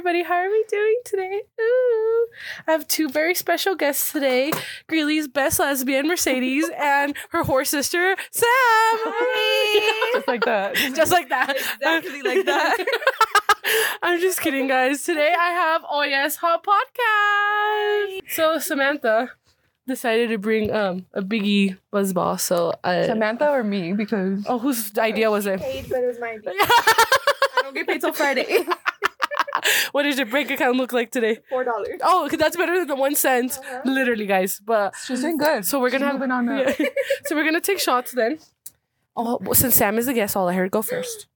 Greeley. How are we doing today? Ooh. I have two very special guests today Greeley's best lesbian, Mercedes, and her whore sister, Sam. Just like that. Just like that. Exactly like that. I'm just kidding, guys. Today I have Oh Yes Hot Podcast. So Samantha decided to bring um a biggie buzz ball. So uh, Samantha or me? Because oh, whose idea was it? Paid, but it was my I don't get paid till Friday. what does your bank account look like today? Four dollars. Oh, 'cause that's better than the one cent. Uh-huh. literally, guys. But She's doing good. so we're gonna She's have moving on up. Yeah. so we're gonna take shots then. Oh, well, since Sam is the guest, I'll let her go first.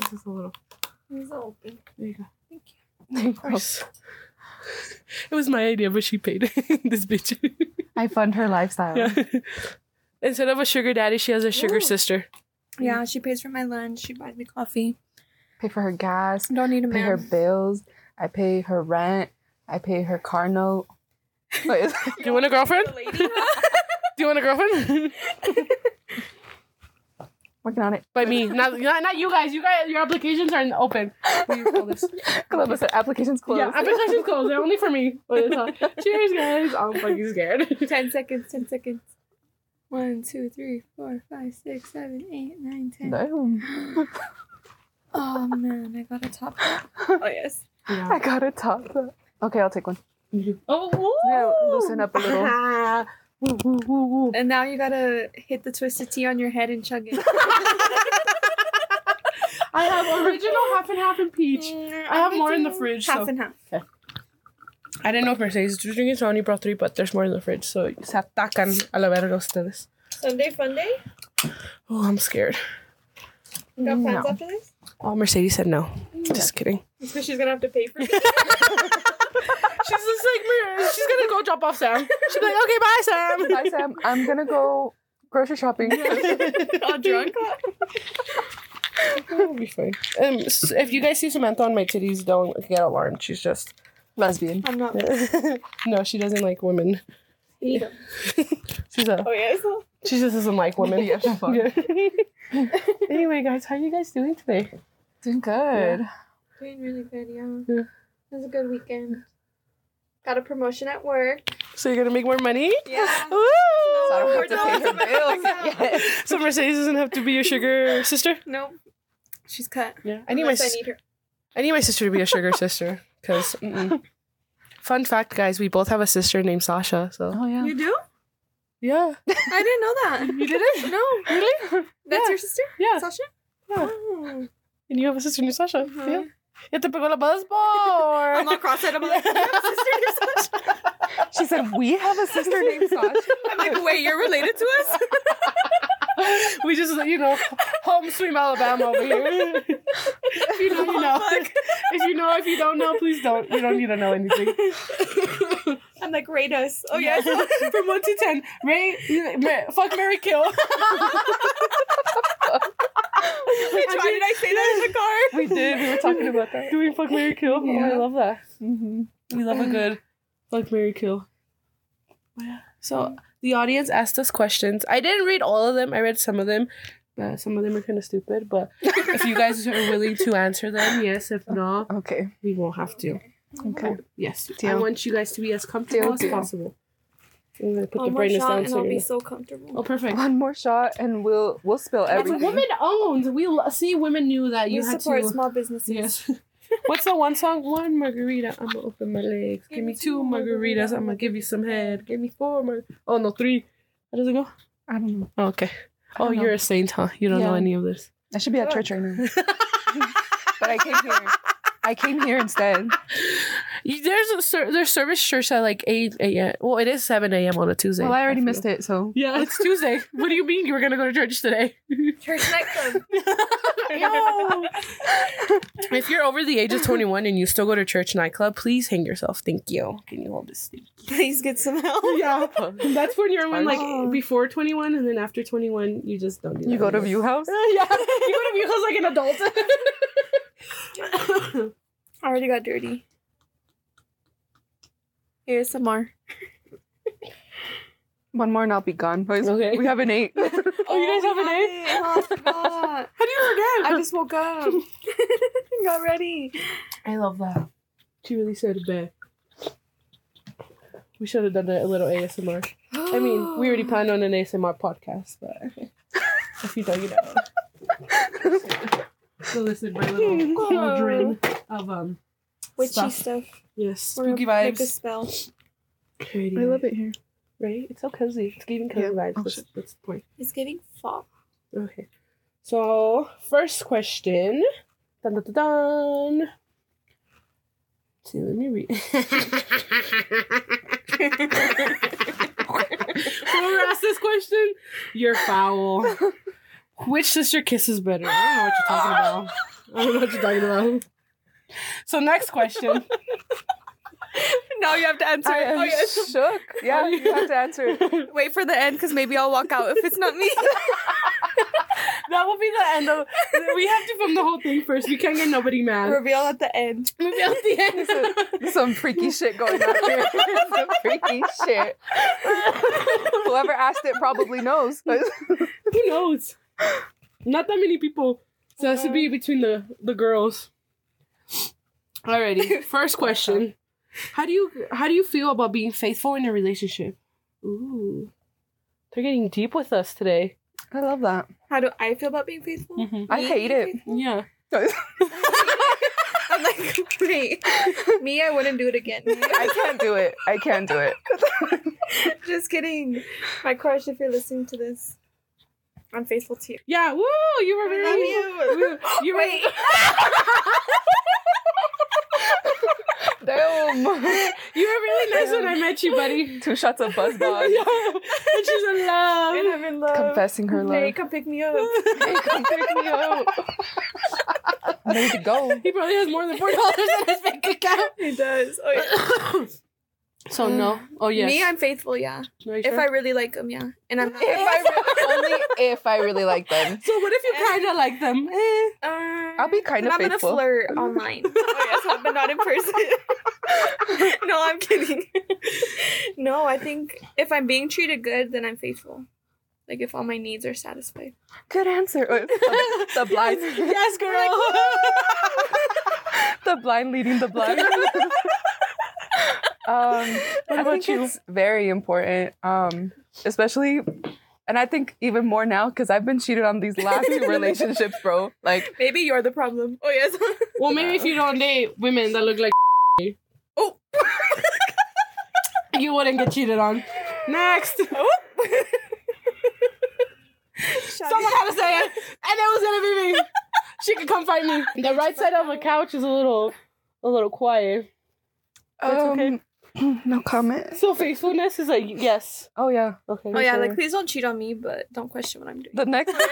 This is a little. It's open. There you go. Thank you. Of course. it was my idea, but she paid this bitch. I fund her lifestyle. yeah. Instead of a sugar daddy, she has a sugar Ooh. sister. Yeah, she pays for my lunch. She buys me coffee. Pay for her gas. Don't need a Pay her man. bills. I pay her rent. I pay her car note. Wait, Do you want a girlfriend? Do you want a girlfriend? working on it. By me, not, not not you guys. You guys, your applications are in the open. Columbus said applications closed. Yeah, applications closed. They're only for me. But it's not. Cheers, guys. I'm fucking scared. ten seconds. Ten seconds. One, two, three, four, five, six, seven, eight, nine, ten. No. Oh man, I got a top. Oh yes. I gotta top that. Okay, I'll take one. Oh, Yeah, loosen up a little. Woo, woo, woo, woo. And now you gotta hit the twisted tea on your head and chug it. I have original half and half and peach. I have more in the fridge, Half so- and half. I didn't know if Mercedes was drinking, so I only brought three, but there's more in the fridge, so se atacan a la verga ustedes. Sunday fun day. Oh, I'm scared. You got plans No. after this? Oh, Mercedes said no. Just kidding. Because she's gonna have to pay for it. She's just like, "Mir- she's gonna go drop off Sam. She's like, okay, bye, Sam. Hi Sam, I'm gonna go grocery shopping. All drunk. It'll be fine. Um, s- if you guys see Samantha on my titties, don't get alarmed. She's just Lesbian. I'm not. no, she doesn't like women. Eat 'em. She's a Oh yes. she just doesn't like women. Yeah, fuck. Yeah. anyway, guys, how are you guys doing today? Doing good. Doing really good, yeah. Yeah. It was a good weekend. Got a promotion at work. So you're gonna make more money? Yeah. Woo! So I don't We're have to done. pay her bills. Yes. So Mercedes doesn't have to be your sugar sister. nope. She's cut. Yeah. I need my Unless s- I need her. I need my sister to be a sugar sister because. Fun fact, guys, we both have a sister named Sasha. So Oh yeah. You do? yeah, I didn't know that. you did it. No. Really? That's Yeah. your sister, Yeah. Sasha? Yeah. Oh. And you have a sister named Sasha. Uh-huh. Yeah. Ya te pegó la buzz ball. I'm all cross-eyed. I'm like, you have a sister named Sasha? She said we have a sister named Sasha. I'm like, wait, you're related to us? we just, you know, home swim Alabama over here. if you know, you know. Oh, if you know, if you don't know, please don't. You don't need to know anything. I'm like, rate us. Oh yes. From one to ten, Ray, Mar- fuck Mary Kill. Wait, why did I say that in the car? We did. We were talking about that. Doing fuck Mary Kill. Oh, I Yeah. love that. Mm-hmm. We love a good fuck Mary Kill. So the audience asked us questions. I didn't read all of them. I read some of them. Uh, some of them are kind of stupid, but if you guys are willing to answer them, yes. If not, Okay. we won't have to. Okay. Yes. I Deal. want you guys to be as comfortable Deal, as deal. possible. I'm gonna put One the more brightness shot down Oh, and so I'll be you're so comfortable. Oh, perfect. One more shot and we'll we'll spill It's everything. woman owned. We lo- see women knew that We you had support to. small businesses. yes. What's the one song? One margarita. I'm gonna open my legs. Give me two margaritas. I'm gonna give you some head. Give me four. Mar- oh no, three. How does it go? I don't know. Oh, okay. Oh, don't know. you're a saint, huh? You don't know Yeah. any of this. I should be at church right now. but I came here. I came here instead. You- There's a ser- there's service church at like eight a.m. Well, it is seven a.m. on a Tuesday. Well, I already forgot. missed it, so Yeah, it's Tuesday. what do you mean you were gonna go to church today? Church nightclub. No. if you're over the age of 21 and you still go to church nightclub, please hang yourself. Thank you. Can you hold this stick? Please get some help. Yeah. That's when you're when, like Oh. before 21 and then after 21, you just don't do that. you go to anymore. View House. yeah. You go to Viejo's like an adult. I already got dirty. ASMR. One more and I'll be gone. boys. Okay. We have an eight. Oh, Oh, you guys have an A? an A? Oh, How do you I forget? just woke up. Got ready. I love that. She really said bae. We should have done a little ASMR. I mean, we already planned on an ASMR podcast, but if you don't, you know. so listen, my little children of um witchy stuff. stuff. yes, We're gonna spooky Make a vibes. spell. Alrighty. I love it here. Right? It's so cozy. It's giving cozy Yeah. vibes. Oh, that's, shit. that's the point. It's giving fall. Okay. So, first question. Dun, dun, dun, dun. Let's See, let me read. Whoever asked this question, you're foul. Which sister kisses better? I don't know what you're talking about. I don't know what you're talking about. So, next question. Now you have to answer. I it. am Oh, yes. shook. Yeah, you have to answer it. Wait for the end because maybe I'll walk out if it's not me. That will be the end of. We have to film the whole thing first. We can't get nobody mad. Reveal at the end. Maybe at the end. Some freaky shit going on here. Some freaky shit. Whoever asked it probably knows. Who knows? Not that many people. So it has to be between the the girls. Alrighty, first question: How do you how do you feel about being faithful in a relationship? Ooh, they're getting deep with us today. I love that. How do I feel about being faithful? Mm-hmm. I Me hate being it. faithful? Yeah, I'm like, wait. Me, I wouldn't do it again. I can't do it. I can't do it. Just kidding. My crush, if you're listening to this, I'm faithful to you. yeah. Woo! You were very. you. you were- Wait. Damn. You were really nice when I met you, buddy. Two shots of buzz buzz. yeah, and she's in And love. I'm in love. Confessing Oh, her Hey, love. come pick me up. Hey, come pick me up. I need to go. He probably has more than four dollars in his bank account. He does. Oh, yeah. So no. Oh yes. Me, I'm faithful, yeah. Are you If sure? I really like him, yeah. And I'm not. If I re- only if I really like them. So what if you Eh. kind of like them? Eh. Uh, I'll be kind then of I'm faithful. gonna flirt online. oh, yes, but not in person. no, I'm kidding. no, I think if I'm being treated good, then I'm faithful. Like if all my needs are satisfied. Good answer. Oh, The, the blind. Yes, the blind leading the blind. um, I about think you? it's very important, um, especially, and I think even more now because I've been cheated on these last two relationships, bro. Like, Maybe you're the problem. Oh yes. well, maybe if you don't date women that look like oh. you wouldn't get cheated on. Next, oh. someone had to say it, and it was gonna be me. She could come fight me. The right side of a couch is a little, a little quiet. um, no comment. So faithfulness is like yes. Oh yeah, Okay. Oh yeah, sure. like please don't cheat on me, but don't question what I'm doing. the next.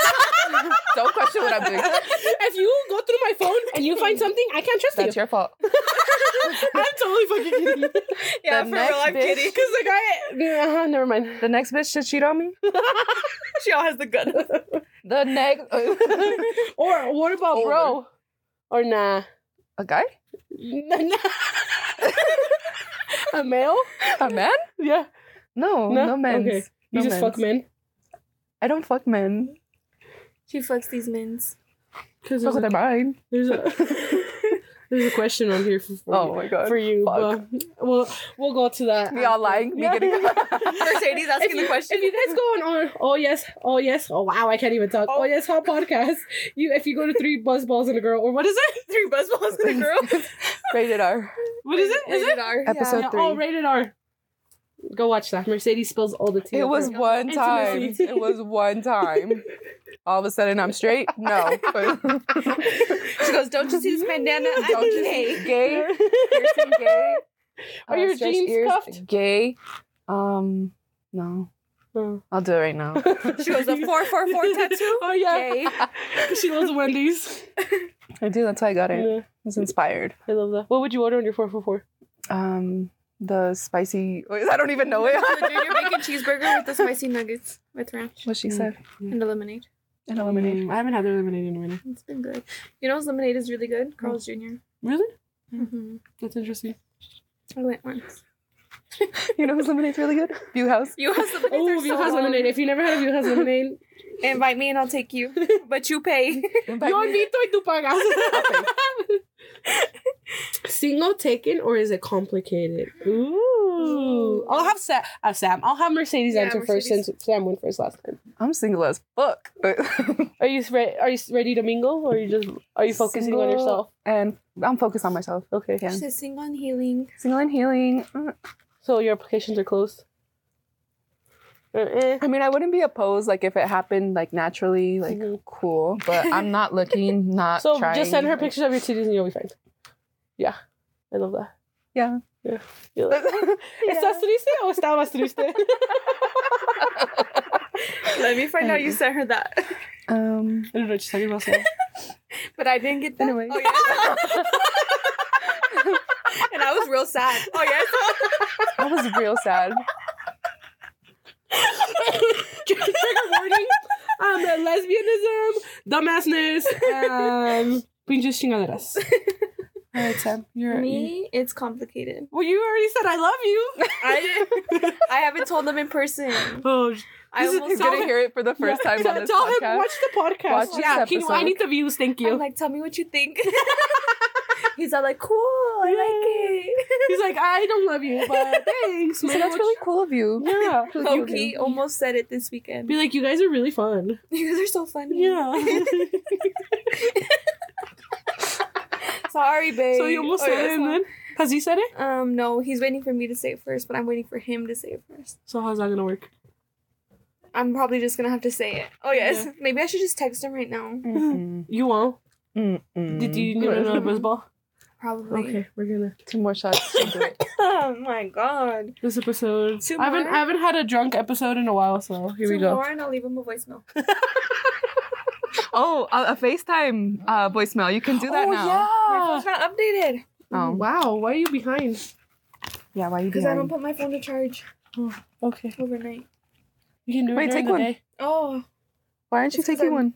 Don't question what I'm doing. if you go through my phone and you find something, I can't trust That's your fault. I'm totally fucking kidding. the next bitch- Because the guy, uh-huh, never mind. The next bitch should cheat on me. She all has the gun. The next, or what about Or- bro? Or nah. a guy, Nah, nah. a male? a man? Yeah. No, No? no, men. Okay. You No just fuck mens. men. I don't fuck men. she fucks these men's. Because Fuck there's, with their a- mind. there's a there's a question on here for, for Oh you, my god. for you. fuck. But we'll we'll go to that. Me all after. lying, me Yeah. getting- Mercedes asking If the you, question. if you guys go on, on oh yes oh yes oh wow I can't even talk oh, Oh. yes hot podcast you if you go to three buzz balls and a girl or what is it Three buzz balls in a girl. Rated R. what is it is it Rated R, Episode yeah, three. Uh, all rated R go watch that Mercedes spills all the tea It was one time. Intimacy. It was one time. All of a sudden, I'm straight. No, don't She goes, Mm-hmm. "Don't you see this bandana? I'm you gay." see gay? Piercing gay? Are your stretched jeans cuffed? Gay? Um, no. Oh. I'll do it right now. She goes, "A four four four tattoo." Oh yeah, Gay. she loves Wendy's. I do. That's how I got it. I Yeah, was inspired. I love that. What would you order on your four four four? Um, the spicy. wait, I don't even know it. The junior bacon cheeseburger with the spicy nuggets with ranch what she Mm. said. and the lemonade. And a lemonade. I haven't had their lemonade in a minute. It's been good. You know, his lemonade is really good. Mm. Carl's Jr. Really? Mm-hmm. That's interesting. I went once. You know whose lemonade's really good? View House. You have lemonade. Oh, they're View so House good. lemonade. If you never had a View House lemonade, Invite me and I'll take you, but you pay. Invite Yo me. invito y tú pagas. Single taken or is it complicated? Ooh. I'll have Sam. Uh, Sam. I'll have Mercedes Yeah, answer first Mercedes. since Sam went first last time. I'm single as fuck. Are you re- are you s- ready to mingle or are you just are you focusing on Single yourself? and I'm focused on myself. Okay. Yeah. She's single and healing. Single and healing. Mm. So your applications are closed. Or, eh. I mean, I wouldn't be opposed like if it happened like naturally, like Mhm. cool. But I'm not looking, not So trying. just send her like- pictures of your titties and you'll be fine. Yeah. I love that. Yeah. Yeah. You're like, ¿Estás triste o estabas triste? Let me find out you sent her that. um. I don't know what you're talking about. Sam. But I didn't get that. Anyway. Oh, yeah. and I was real sad. Oh, yeah. I was real sad. trigger warning. Um, lesbianism, dumbassness, um, pinches chingaderas. All right, Sam, you're You, Me, it's complicated. well, you already said I love you. I didn't, I haven't told them in person. oh, I This is- He's almost gonna told hear it for the first time on this tell podcast. him watch the podcast. Watch this yeah, can you, I episode. need the views. Thank you. I'm like, tell me what you think. He's all like, cool, I He's like, I don't love you, but thanks. so man. that's really cool of you. yeah. like it. Loki almost said it this weekend. Be like, you guys are really fun. You guys are so funny. Yeah. Sorry, babe. so you almost Oh, said yeah, it, it's and not- then has he said it? Um, no, he's waiting for me to say it first, but I'm waiting for him to say it first. So how's that gonna work? I'm probably just gonna have to say it. Oh yes, Yeah. maybe I should just text him right now. Mm-mm. You won't. Mm-mm. Did you need another buzz ball? Probably. Okay, we're gonna. two more shots? She'll do it. Oh my god. This episode. Two I haven't more? I haven't had a drunk episode in a while, so here we Two go. More and I'll leave him a voicemail. Oh, a, a FaceTime uh, voicemail. You can do that oh now. my yeah. phone's not updated Oh, Oh, wow, why are you behind? yeah. Why you because doing? I don't put my phone to charge Okay, overnight. you can do it during Wait, take the one. day. Oh, Why aren't you It's 'cause taking I'm- one?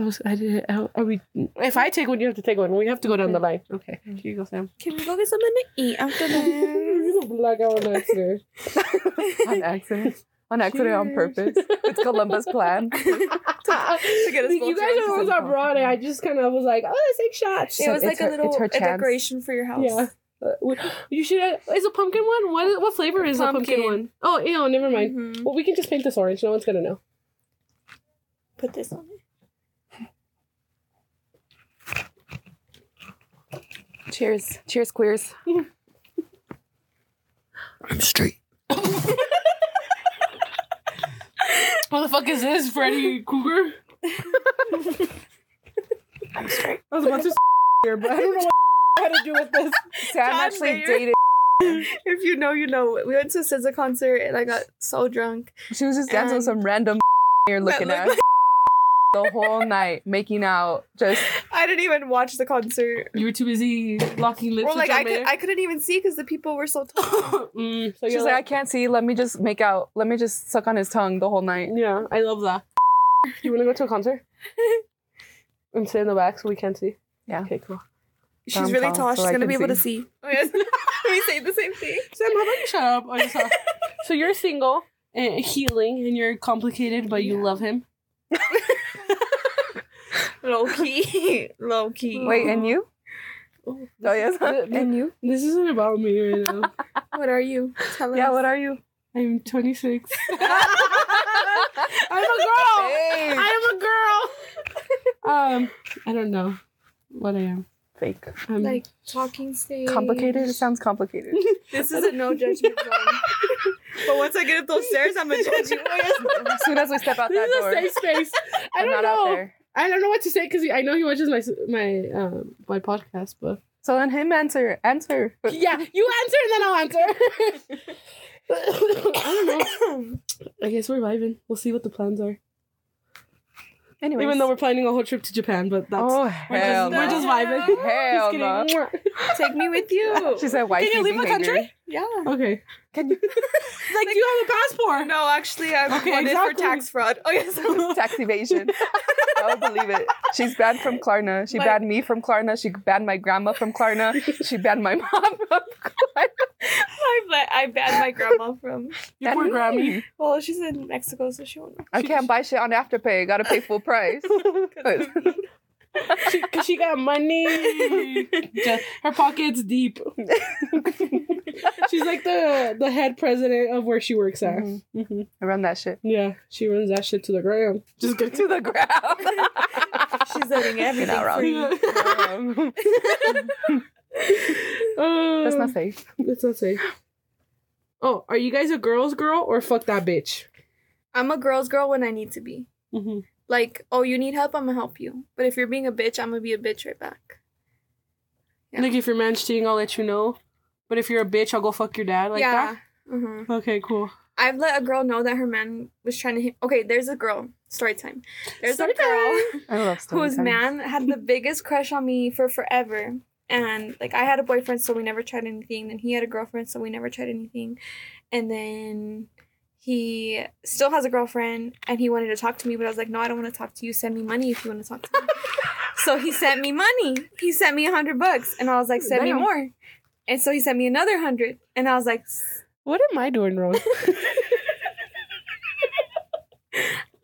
I was- Oh, I did. I, I, we, if I take one, you have to take one. We have to go down the line. Okay, here you go, Sam. can we go get something to eat after this? You're gonna black out on accident. on accident. On accident, on Cheers. purpose. It's Columbus' plan. to get us you guys both drunk. are the ones that brought it. I just kind of was like, oh, let's take shots. Yeah. it was it's like her- a little it's her a chance. decoration for your house. Yeah. Uh, we- You should. uh, Is a pumpkin one? What what flavor is a pumpkin Pumpkin. one? Oh, ew, never mind. Mhm. Well, we can just paint this orange. No one's gonna know. Put this on. it. Cheers. Cheers, queers. What the fuck is this, Freddy Cougar? I was about to here, but I don't know what had to do with this. Sam John actually Mayer. dated. If you know, you know. We went to a SZA concert and I got so drunk. She was just dancing with some random you're looking That at looked- the whole night, making out. Just I didn't even watch the concert. You were too busy locking lips. Well, with like I, John Mayer. could, I couldn't even see because the people were so tall. Mm, so she's you're like, I like, can't see. Let me just make out. Let me just suck on his tongue the whole night. yeah, I love that. You want to go to a concert and sit in the back so we can see? Yeah. Okay, cool. She's I'm really tall, tall. so She's I gonna can be able to see. Oh, yes. we say the same thing. Sam, how about you shut up? I just saw- so you're single and healing, and you're complicated, but you love him. Low key. Low key. Wait, and you? Oh, Oh yes. and you? This isn't about me right now. What are you? Tell Yeah. us. What are you? I'm 26. I'm a girl! Fake. am a girl. um, I don't know what I am. Fake. I'm Like talking stage. Complicated. It sounds complicated. This is a no judgment zone. but once I get up those stairs, I'm gonna judge you. as soon as we step out this that is door, a safe space. I I'm don't not know. out there. I don't know what to say because I know he watches my my um my podcast, but So let him answer. Answer. yeah, you answer and then I'll answer. I don't know. I guess we're vibing. We'll see what the plans are. Anyways. Even though we're planning a whole trip to Japan, but that's oh we're, hell just, we're no. just vibing. Just Hell kidding. no. Take me with you. She said, "Why Can you leave the behavior. country? yeah. Okay. Can you Like, do you have a passport? No, actually, I'm Okay, wanted exactly. for tax fraud. Oh yes. tax evasion?" I would believe it. She's banned from Klarna. She Like- banned me from Klarna. She banned my grandma from Klarna. She banned my mom from Klarna. My I, I banned my grandma from. Your poor Grammy. Well, she's in Mexico, so she won't. know. I can't buy shit on Afterpay. Gotta pay full price. 'Cause of me. She, 'cause she got money. Just, her pocket's deep. She's like the the head president of where she works at. Mhm. Mhm. I run that shit Yeah, she runs that shit to the ground. Just get to the ground. she's letting everything not wrong. free. Um, That's not safe. Oh, That's not safe. Oh, are you guys a girl's girl or fuck that bitch? I'm a girl's girl when I need to be. Mm-hmm. Like, oh, you need help, I'm gonna help you. But if you're being a bitch, I'm gonna be a bitch right back. Yeah. Like if your man's cheating, I'll let you know. But if you're a bitch, I'll go fuck your dad like yeah. Mhm. that. Okay, cool. I've let a girl know that her man was trying to hit. Okay, there's a girl. Story time. There's Story a girl I love story whose times. man had the biggest crush on me for forever. And like I had a boyfriend, so we never tried anything. Then he had a girlfriend, so we never tried anything. And then he still has a girlfriend, and he wanted to talk to me, but I was like, no, I don't want to talk to you. Send me money if you want to talk to me. so he sent me money. He sent me a hundred bucks, and I was like, send Damn. me more. And so he sent me another hundred, and I was like, "S- What am I doing wrong?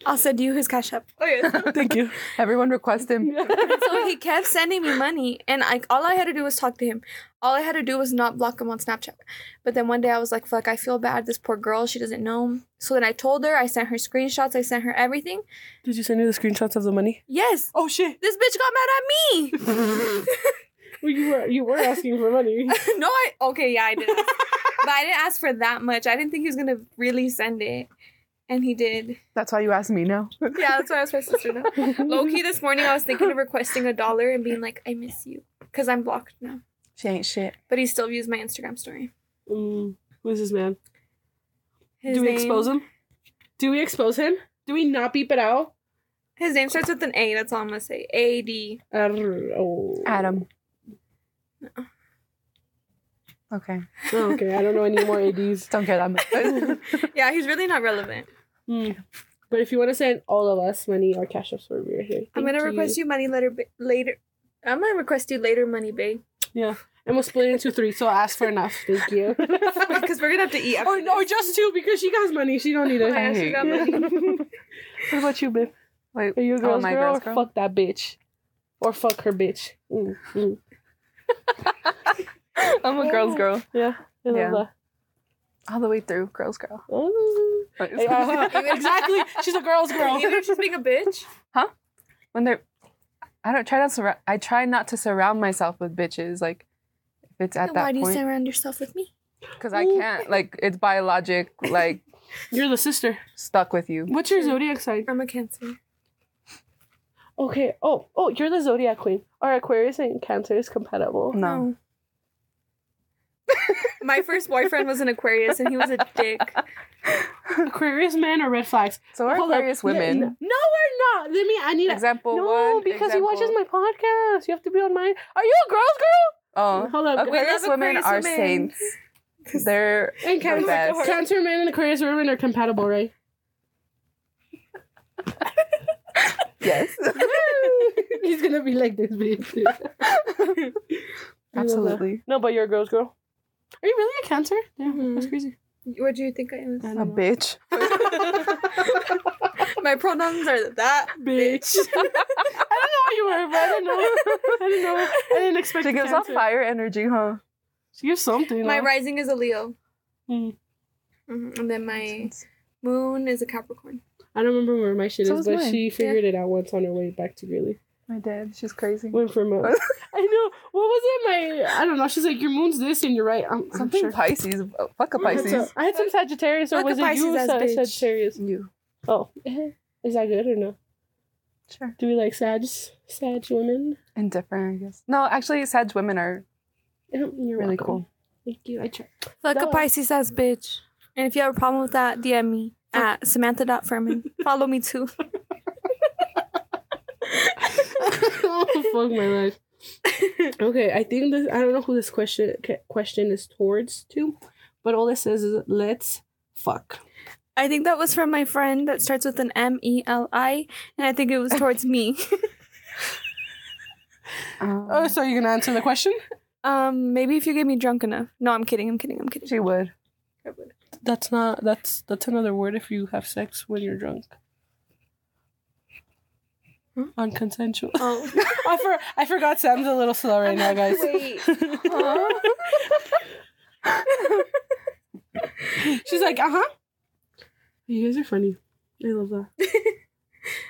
I'll send you his cash up. Oh yeah. Thank you. Everyone request him. so he kept sending me money, and I all I had to do was talk to him. All I had to do was not block him on Snapchat. But then one day I was like, "Fuck, I feel bad. This poor girl. She doesn't know." So then I told her. I sent her screenshots. I sent her everything. Did you send her the screenshots of the money? Yes, Oh shit! this bitch got mad at me. well, you were you were asking for money. no, I okay, yeah, I did, ask. but I didn't ask for that much. I didn't think he was gonna really send it, and he did. That's why you asked me now. Yeah, that's what I was supposed to know. Low key, this morning I was thinking of requesting a dollar and being like, "I miss you," because I'm blocked now. She ain't shit. But he still views my Instagram story. Mm, who's this man? His Do we name- expose him? Do we expose him? Do we not beep it out? His name starts with an A. That's all I'm gonna say. A D. Arr, oh. Adam. Okay. Oh, okay, I don't know any more ads. Don't care that much. Yeah, he's really not relevant. Hmm. But if you want to send all of us money or cash apps, we're we're here. I'm gonna request you money later. ba- Later. I'm gonna request you later, money, babe. Yeah, and we'll split it into three. So ask for enough. Thank you. Because we're gonna have to eat. After or no, just two because she has money. She don't need this. it. Oh, yeah, she got money. what about you, babe? Wait, Are you a oh, girl's, my girl, girl's or girl? fuck that bitch? Or fuck her bitch. Mm, mm. I'm a girl's girl. Yeah. I love Yeah. that. All the way through, girl's girl. Oh. Uh-huh. exactly. She's a girl's girl. Either she's being a bitch. when they're I don't try not surra- I try not to surround myself with bitches like if it's at Then why that do you point surround yourself with me? because I can't like it's biologic like You're the sister. stuck with you. What's your zodiac sign? I'm a Cancer. Okay. Oh, oh, you're the zodiac queen. Our Aquarius and Cancer is compatible. No. My first boyfriend was an Aquarius, and he was a dick. Aquarius men are red flags. So are Hold up. Aquarius Yeah, women. No, we're not. Let me. I need. A, Example no, one. because he example- watches my podcast. You have to be on mine. Are you a girl's girl? Oh, Hold up. Aquarius I love women Aquarius are women. saints. They're And the Cancer, best. Cancer men and Aquarius women are compatible, right? Yes. He's gonna be like this, bitch. Absolutely. No, but you're a girl's girl. Are you really a Cancer? Yeah, Mhm. that's crazy. What do you think I am? I A don't know. bitch. My pronouns are that. bitch. I don't know what you were, but I don't know. I don't know. I didn't expect. She gives off cancer. fire energy, huh? She gives something. My though. rising is a Leo, Mm. Mhm, and then my moon is a Capricorn. I don't remember where my shit So is, is but mine. she figured it out once on her way back to Greeley. My dad. She's crazy. Went for a month. I know. What was it? My I don't know. She's like, your moon's this, and you're right. I'm, Something I'm sure. Pisces. Oh, fuck a Pisces. I had some Sagittarius, or Fuck a was it you Pisces-ass Sa- bitch. Sagittarius? You. Oh, is that good or no? Sure. Do we like Sag Sag women? Indifferent, I guess. No, actually, Sag women are You're really welcome. cool. Thank you. I tried. Fuck No. a Pisces ass bitch. And if you have a problem with that, DM me at samantha.ferman. Follow me too. oh, fuck my life. Okay, I think this. I don't know who this question ca- question is towards to, but all it says is let's fuck. I think that was from my friend that starts with an M E L I, and I think it was towards me. Um, Oh, so you're gonna answer the question? Um, maybe if you get me drunk enough. No, I'm kidding. I'm kidding. I'm kidding. she would. That's not that's that's another word if you have sex when you're drunk. Hmm? Unconsensual. Oh. I, for, I forgot Sam's a little slow right now, guys. Wait. She's like, uh huh. You guys are funny. I love that.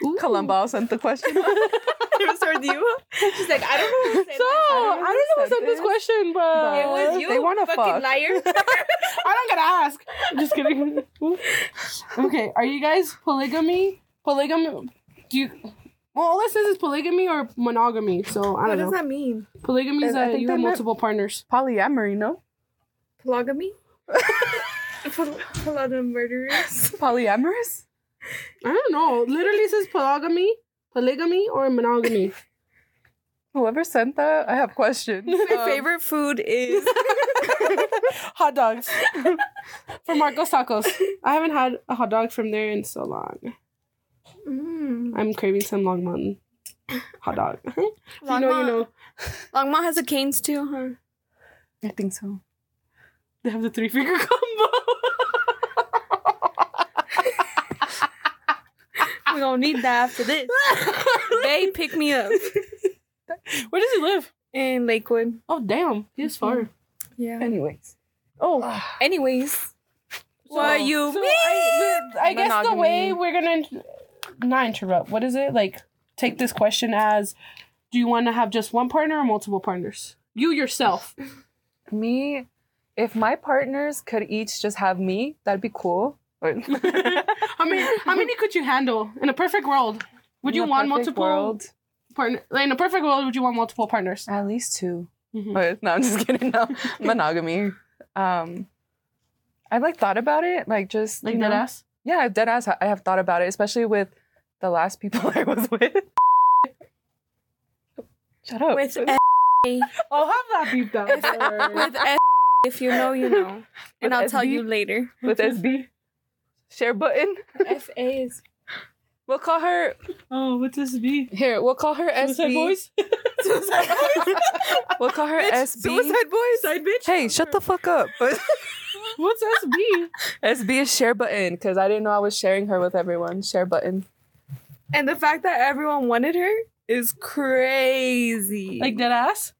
Ooh. Columbo sent the question. It was her, you. She's like, I don't know who said So that. I don't know who said this question, but It was you, They wanna fucking fuck. I liar. don't gotta ask. I'm just kidding. okay, are you guys polygamy? Polygamy? Do you? Well, all it says is polygamy or monogamy. So I what don't does know. that mean? Polygamy is I- I that think you that have meant- multiple partners. Polyamory, no? Polygamy? Pol- polygamy murderers? Polyamorous? I don't know. Literally says polygamy, polygamy or monogamy. Whoever sent that, I have questions. Um, food is. hot dogs from Marcos Tacos. I haven't had a hot dog from there in so long. Mm. I'm craving some Long Mountain hot dog. you know, you Longmont- know, Longmont has a canes too, huh? I think so. they have the three finger We gonna need that after this. combo. they pick me up Where does he live? in Lakewood. Oh damn, he's far. Yeah. Anyways. Oh, Anyways, so- what Ah, you so mean? I, the- I guess the Monogamy. way we're gonna not interrupt. What is it like? Take this question as: Do you want to have just one partner or multiple partners? You yourself. Me, if my partners could each just have me, that'd be cool. Or- How many? How many could you handle in a perfect world? Would In you a want perfect multiple world, partner? Like in a perfect world, would you want multiple partners? At least two. Mhm. But no, I'm just kidding. No, monogamy. Um, I've like thought about it, like just Like you that know- ass. Yeah, I've dead ass. I have thought about it, especially with the last people I was with. Shut up. Oh, With With- S- I'll have that beeped out. with S- if you know, you know. With And I'll tell SB? you later. with SB. Share button. F A is We'll call her oh, what's this be? here. We'll call her SB. Suicide boys. We'll call her SB. boys. Side bitch. Hey, shut the fuck up. What's SB? SB is share button because I didn't know I was sharing her with everyone. Share button. And the fact that everyone wanted her is crazy. like dead ass?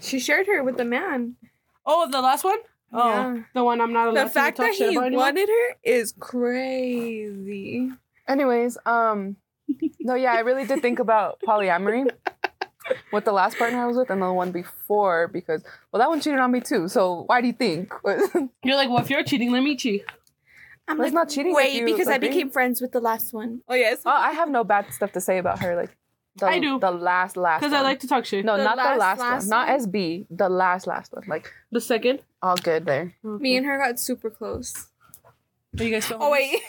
she shared her with the man. Oh, the last one? Oh, Yeah. the one I'm not allowed The fact to talk that shit he about anymore? wanted her is crazy. Anyways, um, no, yeah, I really did think about polyamory with the last partner I was with and the one before because, well, that one cheated on me too. So why do you think? Oh, You're like, well, if you're cheating, let me cheat. I'm Well, it's not cheating if Wait, you because I agree. became friends with the last one. Oh yes. Oh, I have no bad stuff to say about her. Like, the, I do. the last last. Because I one. like to talk shit. no, The not the last, last, last one, not one? SB. The last last one. Like, The second? all good there. Me and her got super close. Are you guys still Oh wait.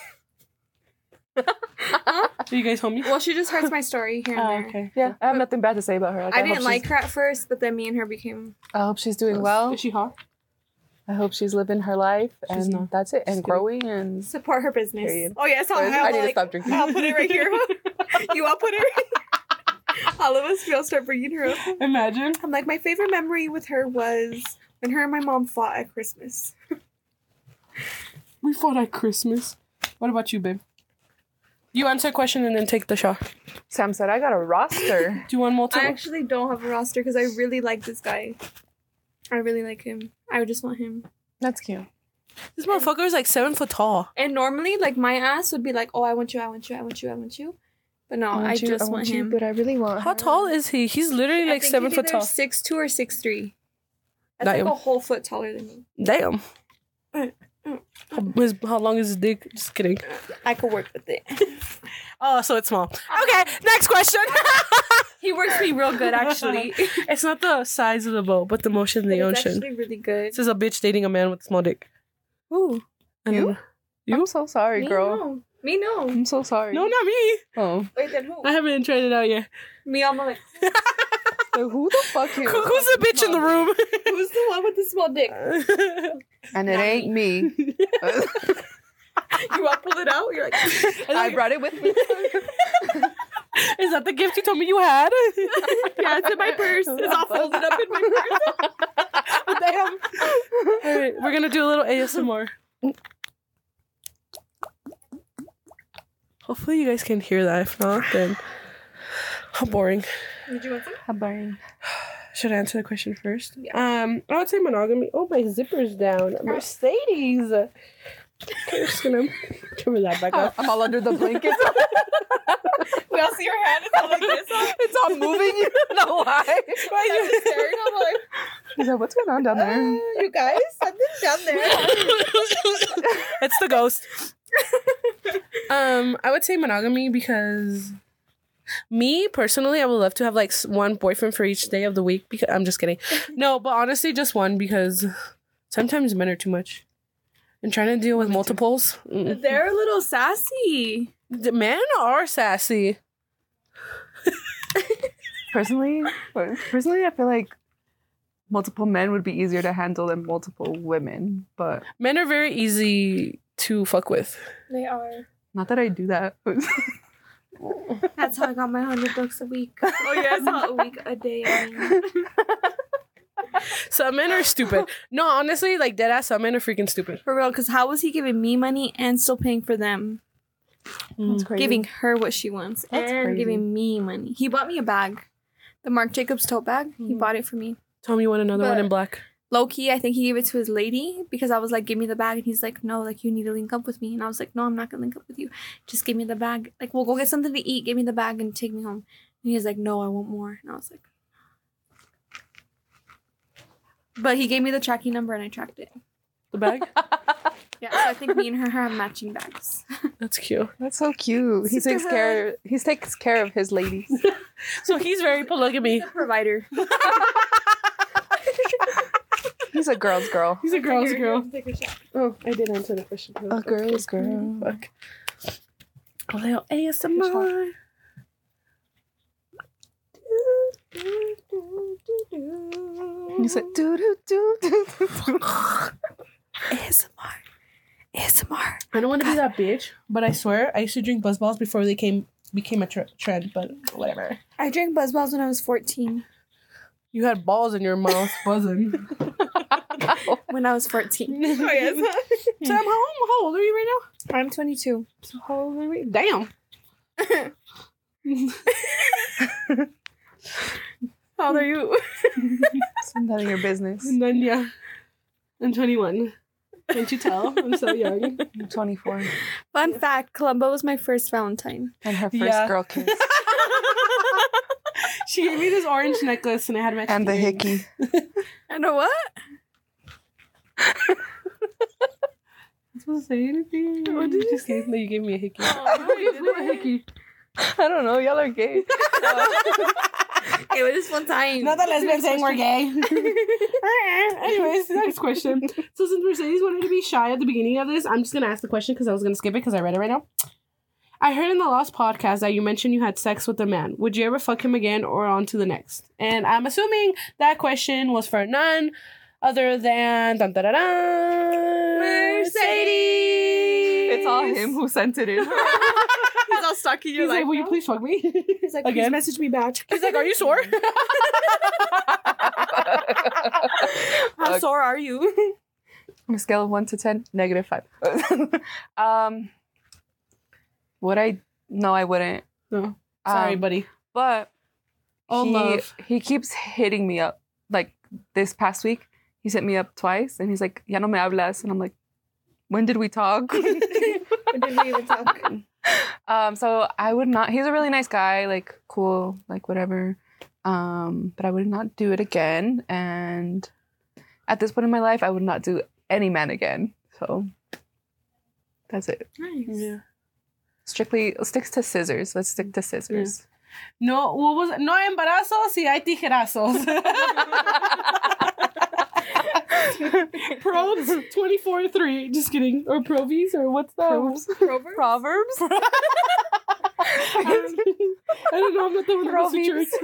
homies? Are you guys homie? Well, she just heard my story here and Oh, there. okay. Yeah, I have nothing bad to say about her. Like, I, hope didn't she's- like her at first, but then me and her became. I hope she's doing well. Is she hot? I hope she's living her life, She's and not. that's it. She's And good. growing, and Support her business. Period. Oh yes, I'll, I I'll, need to like, stop drinking. I'll put it right here. you, I'll put it. Right All of us, we all start bringing her up. Imagine. I'm like, my favorite memory with her was when her and my mom fought at Christmas. We fought at Christmas. What about you, babe? You answer a question and then take the shot. Do Sam said, "I got a roster." you want multiple? I actually don't have a roster because I really like this guy. I really like him. I just want him. that's Oh, cute. this motherfucker is like seven foot tall. And normally, like my ass would be like, "Oh, I want you, I want you, I want you, I want you," but no, I, want you, just want, you, him. but I really want. How her. tall is Um, he? He's literally like seven foot tall. six two or six three. That's Damn. like a whole foot taller than me. Damn. How, his, how long is his dick? Just kidding. I could work with it. Oh, so it's small. Okay, next question. Uh-huh. He works me real good, actually. It's not the size of the boat, but the motion in the it's ocean. actually really good. This is a bitch dating a man with small dick. Ooh, I don't You? know. I'm so sorry, me girl. no, me no. I'm so sorry. No, not me. Oh, Wait, then who? I haven't tried it out yet. me, I'm like, so who the fuck you? Who- Who's the bitch in the room? who's the one with the small dick? And it ain't me. You all pull it out. You're like, I brought it with me. is that the gift you told me you had? yeah, it's in my purse. It's all folded up in my purse. Damn. All right, we're gonna do a little ASMR. Hopefully, you guys can hear that. If not, then how boring. Did you want some? How boring. Should I answer the question first? Um, I would say monogamy. Oh, my zipper's down. Mercedes. Okay, I'm just gonna cover that back up. I'm all under the blanket. We all see your hand. It's all like this. all- it's all moving. You don't know why. I'm just staring. I'm like, He's like, what's going on down there? "Uh, you guys, something's down there. it's the ghost. um, I would say monogamy because me personally, I would love to have like s- one boyfriend for each day of the week. Because I'm just kidding. No, but honestly, just one because sometimes men are too much. And trying to deal with multiples, mm. They're a little sassy. The men are sassy. Personally, personally, I feel like multiple men would be easier to handle than multiple women. But Men are very easy to fuck with. They are. not that I do that. That's how I got my hundred bucks a week. Oh yeah, not a week, a day. I mean. Some men are stupid. No, honestly, like dead ass, some men are freaking stupid. For real, because how was he giving me money and still paying for them? Mm. That's crazy. Giving her what she wants That's and crazy. giving me money. He bought me a bag, the Marc Jacobs tote bag. He Mhm. bought it for me. Tom, you want another one But- in black? Low key, I think he gave it to his lady because I was like, "Give me the bag," and he's like, "No, like you need to link up with me." And I was like, "No, I'm not gonna link up with you. Just give me the bag. Like we'll go get something to eat. Give me the bag and take me home." And he's like, "No, I want more." And I was like, "But he gave me the tracking number and I tracked it." The bag? Yeah, so I think me and her have matching bags. That's cute. That's so cute. He takes Sisterhood. care. He takes care of his ladies. So he's very polygamy. Provider. He's a girl's girl. He's a girl's girl. Take a shot. Oh, I did answer the question. A girl's girl. Fuck. Oh, they ASMR. He said, doo doo doo doo doo. doo." ASMR. ASMR. I don't want to be that bitch, but I swear I used to drink Buzz Balls before they came became a tr- trend. But whatever. I drank Buzz Balls when I was 14. You had balls in your mouth, buzzing. When I was Oh, 14. Sam, how, how old are you right now? I'm 22. So how old are we? Damn. How old are you? It's none of your business. And then yeah, I'm 21. Can't you tell? I'm so young. I'm 24, Fun fact Columbo was my first Valentine. and her first Yeah. girl kiss, she gave me this orange necklace, and I had my and the hickey. And a what? I'm supposed to say anything. What did you Oh, just gave- No, you gave me a hickey. I Give me a hickey. I don't know. Y'all are gay. it was just one time. Not that lesbian saying we're gay. Anyways, next question. So since Mercedes wanted to be shy at the beginning of this, I'm just gonna ask the question because I was gonna skip it because I read it right now. I heard in the last podcast that you mentioned you had sex with a man. Would you ever fuck him again or on to the next? And I'm assuming that question was for none other than dun, da, da, da, Mercedes. Mercedes. It's all him who sent it in. He's all stuck in He's like, will you please fuck me? He's like, Again? please message me back. He's like, are you sore? How Okay. sore are you? On a scale of one to ten, negative five. um, would I? No, I wouldn't. No. Sorry, Um, buddy. but All he, love. he keeps hitting me up. Like this past week, he sent me up twice, and he's like, "Ya no me hablas," and I'm like, "When did we talk?" When did we even talk? um, so I would not. He's a really nice guy, like cool, like whatever. Um, but I would not do it again, and at this point in my life, I would not do any man again. So that's it. Nice. Yeah. Strictly sticks to scissors. Let's stick to scissors. No, what was it? No embarazos y hay tijerazos. Probes 24 3. Just kidding. Or probies or what's that? Probes. Proverbs? Proverbs. Um, I don't know. I'm not the one that goes to church.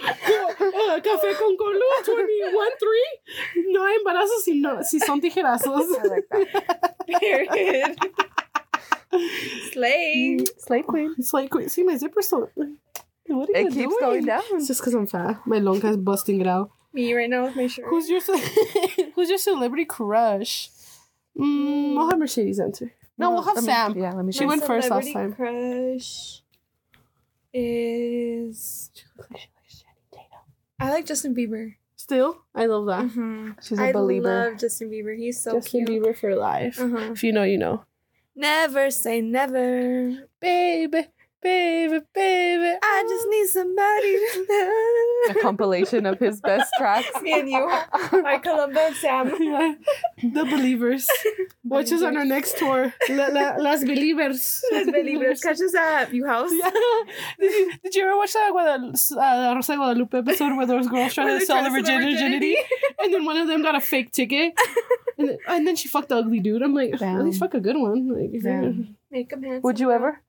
Probies. Uh, café con colo 21 3. No embarazos si, no, si son tijerazos. I like that. Period. Slay. Slay queen. It's like, wait, see my zipper so. What are you It keeps doing? going down. It's just because I'm fat. My long hair's busting it out. Me right now with my shirt. Who's your ce- Who's your celebrity crush? Mm, I'll have Mercedes answer. No, we'll have let me- Sam. yeah, let me. She check. My went first last celebrity time. Crush is I like Justin Bieber. Still, I love that. Mhm. She's a I believer. love Justin Bieber. He's so Mm. Justin cute. Bieber Mm-hmm. for life. Uh-huh. If you know, you know. Never say never. Baby, baby, baby. I just need somebody. a to compilation of his best tracks. Me and you, my Colombo Sam. Yeah. The Believers. Watch us on our next tour. La, la, Las Believers. Let's believe it. Catch us at you house. Yeah. Did you, did you ever watch that Guadal- uh, Rosa de Guadalupe episode where those girls trying Where to they're sell trying their to sell their virginity, virginity? and then one of them got a fake ticket, and, then- and then she fucked the ugly dude. I'm like, at Damn. least fuck a good one. Like, if you're- Make him handsome. Would you ever?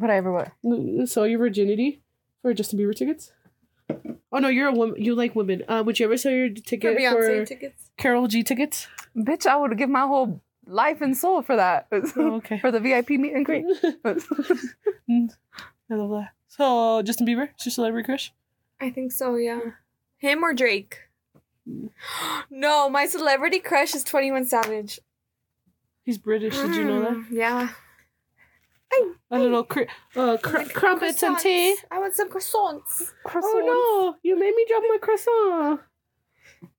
Would I ever what? sell your virginity for Justin Bieber tickets? Oh no, you're a woman. You like women. Uh, would you ever sell your for ticket Beyonce for, tickets? Carol G tickets? Bitch, I would give my whole life and soul for that. Oh, okay. for the VIP meet and greet. I love that. So Justin Bieber, it's your celebrity crush. I think so. Yeah, him or Drake. Mm. no, my celebrity crush is Twenty One Savage. He's British. Did you know that? Mm, Yeah. A little cr- uh, cr- Like crumpets and tea. croissants. I want some croissants. Oh no! You made me drop my croissant.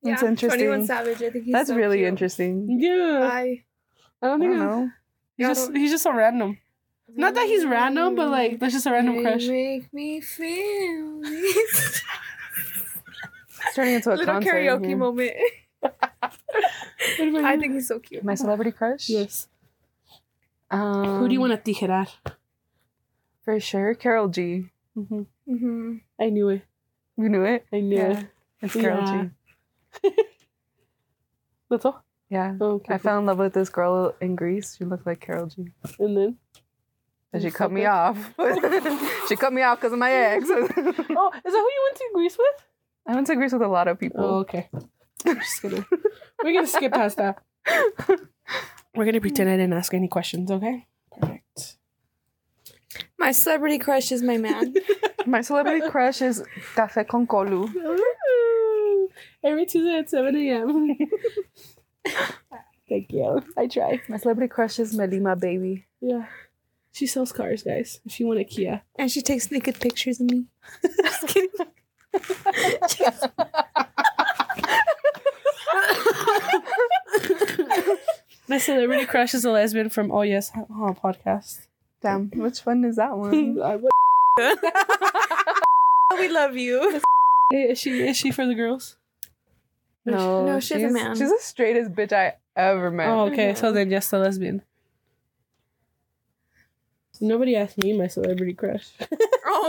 That's Twenty One interesting. Savage. I think he's That's so really cute. interesting. Yeah, I I I don't think don't I know. He's I just don't- he's just so random. Not that he's random, but like that's just a random You crush. Make me feel this. It's turning into a little concert in karaoke here. moment. What about I you? think he's so cute. My celebrity crush. yes. Um, Who do you want to tijerar? for sure? Carol G. Mhm. Mm-hmm. I knew it. You knew it. I knew it. It's Carol Yeah. G. That's all. Yeah. Oh, okay. I fell in love with this girl in Greece. She looked like Carol G. and then. And You she cut fuck me her? off. she cut me off because of my ex. Oh, is that who you went to Greece with? I went to Greece with a lot of people. Oh, okay. I'm just gonna. We're gonna skip past that. We're gonna pretend I didn't ask any questions. Okay. Perfect. My celebrity crush is my man. My celebrity crush is Café con Colu. Every Tuesday at seven a.m. Thank you. I try. My celebrity crush is Melima Baby. Yeah. She sells cars, guys. If you want a Kia. and she takes naked pictures of me. Just kidding. My celebrity crush is a lesbian from Oh Yes oh, podcast. Damn, which one is that one? Um, we love you. is she is she for the girls? No, No, she's a man. She's the straightest bitch I ever met. Oh, okay. So then, yes, the lesbian. Nobody asked me my celebrity crush. It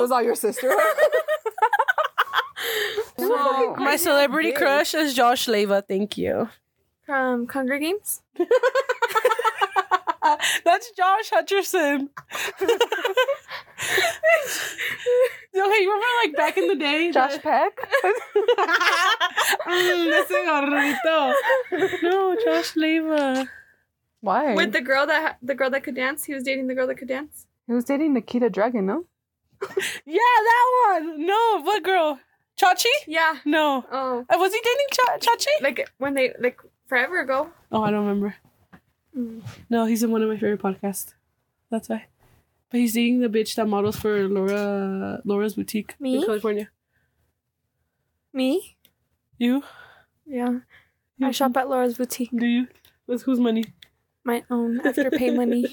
was all Oh, your sister. Oh. So, my celebrity crush is Josh Leva. Thank you. From Hunger Games. That's Josh Hutcherson. okay, you remember like back in the day? Josh Peck. Mm, ese gorrito. No, Josh Leva. Why? With the girl that ha- the girl that could dance, he was dating the girl that could dance. he was dating Nikita Dragon, no? Yeah, that one. No, what girl? Chachi? Yeah. No. Oh, Uh, was he dating Cha- Chachi? like when they like forever ago. Oh, I don't remember. Mm. No, he's in one of my favorite podcasts. That's why. But he's dating the bitch that models for Laura Laura's boutique in Me? California. Me? Mm-hmm. You? Yeah. I You- shop at Laura's boutique. Do you? With whose money? My own after pay money.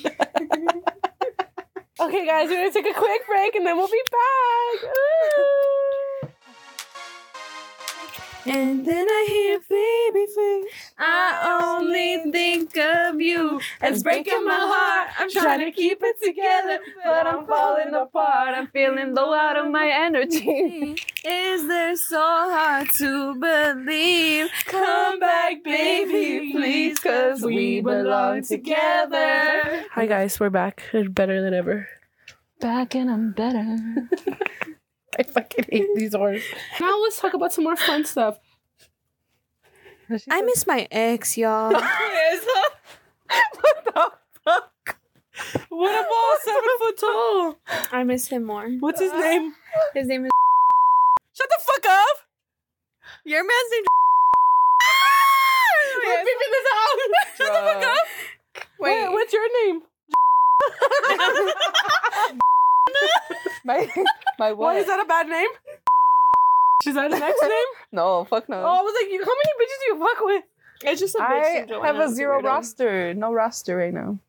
Okay, guys, we're gonna take a quick break and then we'll be back. and then I hear baby face. I only think of you. It's breaking my heart. I'm trying to keep it together, but I'm falling apart. I'm feeling low out of my energy. Is this so hard to believe? Come back, baby, please, cause we belong together. Hi, guys, we're back. Better than ever. Back and I'm better. I fucking hate these words. Now let's talk about some more fun stuff. I miss my ex, y'all. What about seven foot tall? I miss him more. What's his name? His name is. Shut the fuck up! Your man's name. We're beeping this out. Shut the fuck up! Wait, what's your name? my my what? Why is that a bad name? Is that an ex name? No, fuck no. Oh, I was like, you, how many bitches do you fuck with? It's just a bitch. I syndrome, have a that's zero weirdo. roster. No roster right now.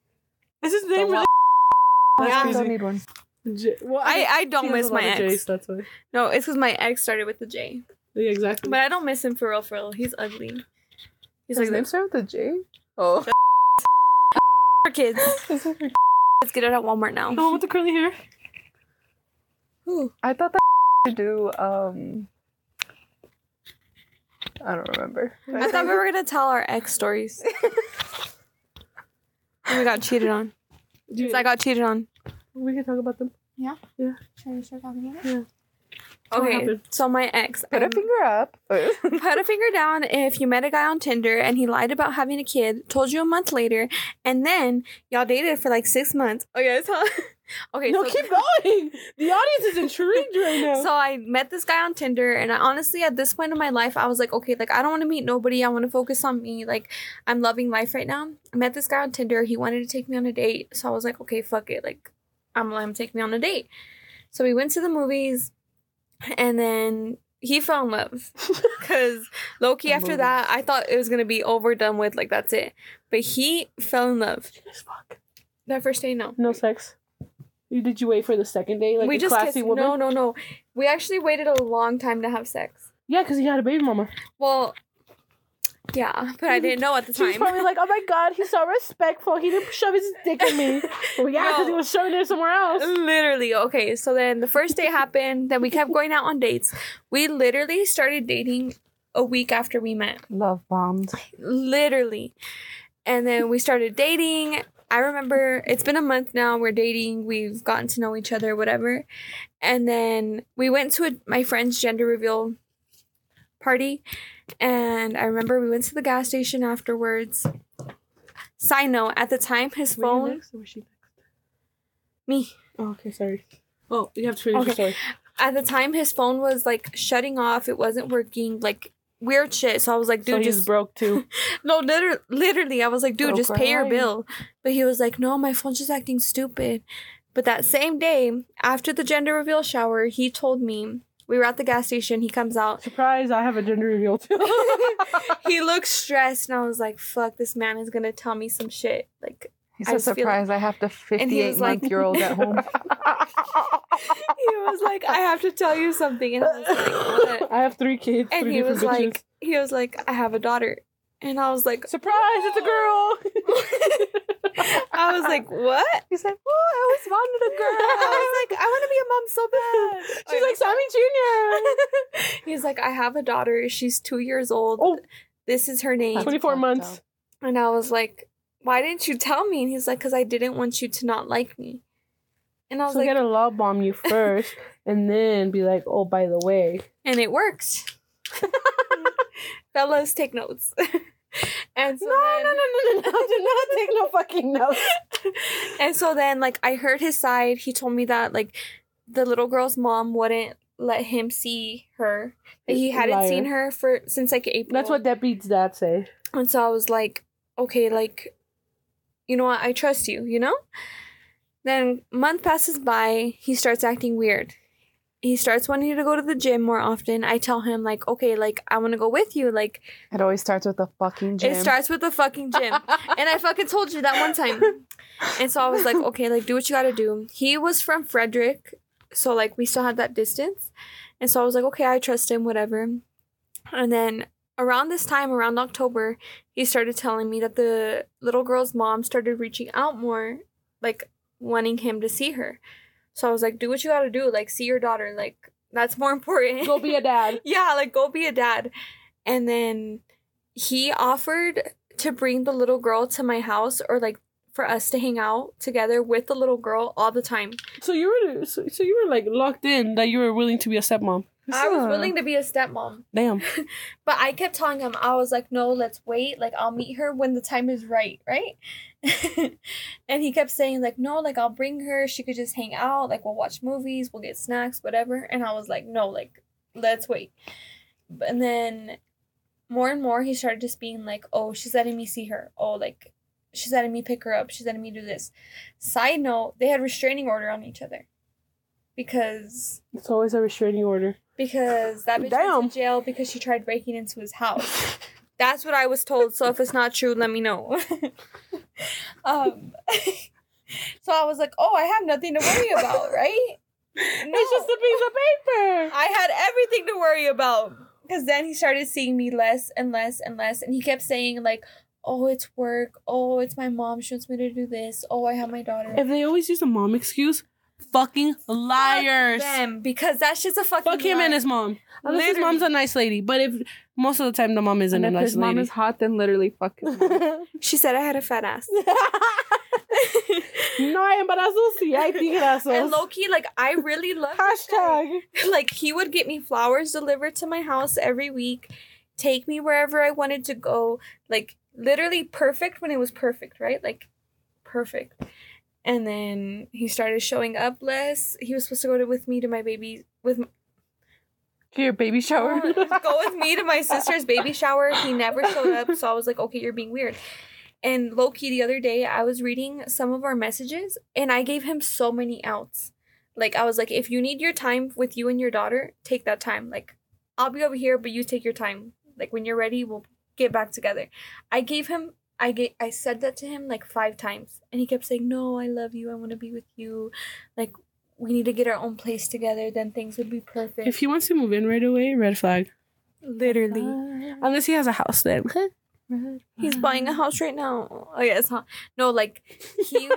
Is his name Don't really? Yeah. That's I don't crazy. need one. J- well, I, I don't he has miss a lot my of ex. J's, that's why. No, it's because my ex started with the J. Yeah, exactly. But I don't miss him for real, for real. He's ugly. His He's like name name's start with a J. Oh, for kids. Let's get it at Walmart now. the one with the curly hair. Ooh. I thought that to do um. I don't remember. I thought we were gonna tell our ex stories. And we got cheated on. Do you- I got cheated on. we can talk about them. What Okay, happened? so my ex Put a um, finger up. put a finger down if you met a guy on Tinder and he lied about having a kid, told you a month later, and then y'all dated for like six months. Okay, so okay, No, so, keep going. The audience is intrigued right now. so I met this guy on Tinder, and I honestly at this point in my life, I was like, okay, like I don't want to meet nobody. I want to focus on me. Like I'm loving life right now. I met this guy on Tinder. He wanted to take me on a date, so I was like, okay, fuck it. Like I'm gonna let him take me on a date. So we went to the movies, and then he fell in love. Because Loki, The after movies. that, I thought it was gonna be over, done with, like that's it. But he fell in love. That first day, no. No sex. You- Did you wait for the second day? Like we a just classy kissed. woman? No, no, no. We actually waited a long time to have sex. Yeah, because he had a baby mama. Well, yeah, but I didn't know at the She was time. probably like, oh my god, he's so respectful. He didn't shove his dick in me. Well, yeah, because he No. was shoving it somewhere else. Literally, okay. So then the first day happened. Then we kept going out on dates. We literally started dating a week after we met. Love bombed. literally. And then we started dating. I remember it's been a month now. We're dating. We've gotten to know each other, whatever. And then we went to a, my friend's gender reveal party. And I remember we went to the gas station afterwards. Side note, at the time, his phone, me, Oh, okay, sorry. Oh, you have to finish Okay. your story. at the time, his phone was like shutting off. It wasn't working, like weird shit. So I was like, dude, so just he's broke too. No, literally, literally, I was like, dude, Broke just her pay your line. bill. But he was like, no, my phone's just acting stupid. But that same day, after the gender reveal shower, he told me we were at the gas station. He comes out. Surprise, I have a gender reveal too. He looks stressed, and I was like, fuck, this man is gonna tell me some shit. Like, He I said, just feel- "Surprise! I have the And he fifty-eight was like- month year old at home." he was like, I have to tell you something. And I was like, what? I have three kids. And three he different was bitches. like, he was like, I have a daughter. And I was like, surprise, it's a girl. "Oh." I was like, what? he said, "Oh, I always wanted a I was like, I want to be a mom so bad. She's like Sammy Jr. He's like, I have a daughter. She's two years old. Oh. This is her name. That's 24 fucked months. up. And I was like, Why didn't you tell me? And he's like, Because I didn't want you to not like me. And I was So like, get a love bomb you first, and then be like, oh, by the way, And it worked. Fellas, take notes. and so then, no, no, no, do not take no fucking notes. and so then, like, I heard his side. He told me that, like, the little girl's mom wouldn't let him see her. That he hadn't Liar. seen her for since like April. That's what Deputy's dad say. And so I was like, okay, like, you know what? I trust you, you know? Then month passes by, he starts acting weird. He starts wanting to go to the gym more often. I tell him, like, okay, like, I want to go with you. Like, It always starts with a fucking gym. it starts with the fucking gym. and I fucking told you that one time. And so I was like, okay, like, do what you got to do. He was from Frederick. So, like, we still had that distance. And so I was like, okay, I trust him, whatever. And then around this time, around October, he started telling me that the little girl's mom started reaching out more, like, wanting him to see her. So I was like, do what you got to do. Like, see your daughter. Like, that's more important. Go be a dad. yeah, like go be a dad. And then he offered to bring the little girl to my house or like for us to hang out together with the little girl all the time. So you were, so, so you were like locked in that you were willing to be a stepmom. I was willing to be a stepmom, Damn. but I kept telling him, I was like, no, let's wait. Like, I'll meet her when the time is right, right? and he kept saying, like, no, like, I'll bring her. She could just hang out. Like, we'll watch movies, we'll get snacks, whatever. And I was like, no, like, let's wait. And then more and more, he started just being like, oh, she's letting me see her. Oh, like, she's letting me pick her up. She's letting me do this. Side note, they had restraining order on each other because It's always a restraining order. because that bitch Damn. went to jail because she tried breaking into his house. That's what I was told. So if it's not true, let me know. um, so I was like, oh, I have nothing to worry about, right? No. It's just a piece of paper. I had everything to worry about. Because then he started seeing me less and less and less. And he kept saying, like, oh, it's work. Oh, it's my mom. She wants me to do this. Oh, I have my daughter. If they always use a mom excuse, fucking liars. Fuck them, because that shit's a fucking. Fuck him lie. and his mom. Unless his Literally. mom's a nice lady, but if most of the time the mom isn't and a if nice his mom lady. is hot, then literally fuck his mom. She said I had a fat ass. no hay embarazos, sí hay and tigrazos. low key, like, I really love Hashtag. like he would get me flowers delivered to my house every week, take me wherever I wanted to go, like literally perfect when it was perfect, right? Like perfect. And then he started showing up less. He was supposed to go to, with me to my baby with my, To your baby shower. Oh, go with me to my sister's baby shower. He never showed up, so I was like, okay, you're being weird. And low key, the other day, I was reading some of our messages, and I gave him so many outs. Like I was like, if you need your time with you and your daughter, take that time. Like I'll be over here, but you take your time. Like when you're ready, we'll get back together. I gave him. I gave, I said that to him like five times, and he kept saying, "No, I love you. I want to be with you. Like we need to get our own place together. Then things would be perfect." If he wants to move in right away, red flag. Literally. Unless he has a house then. He's buying Um, a house right now. Oh yeah, it's not. No, like he,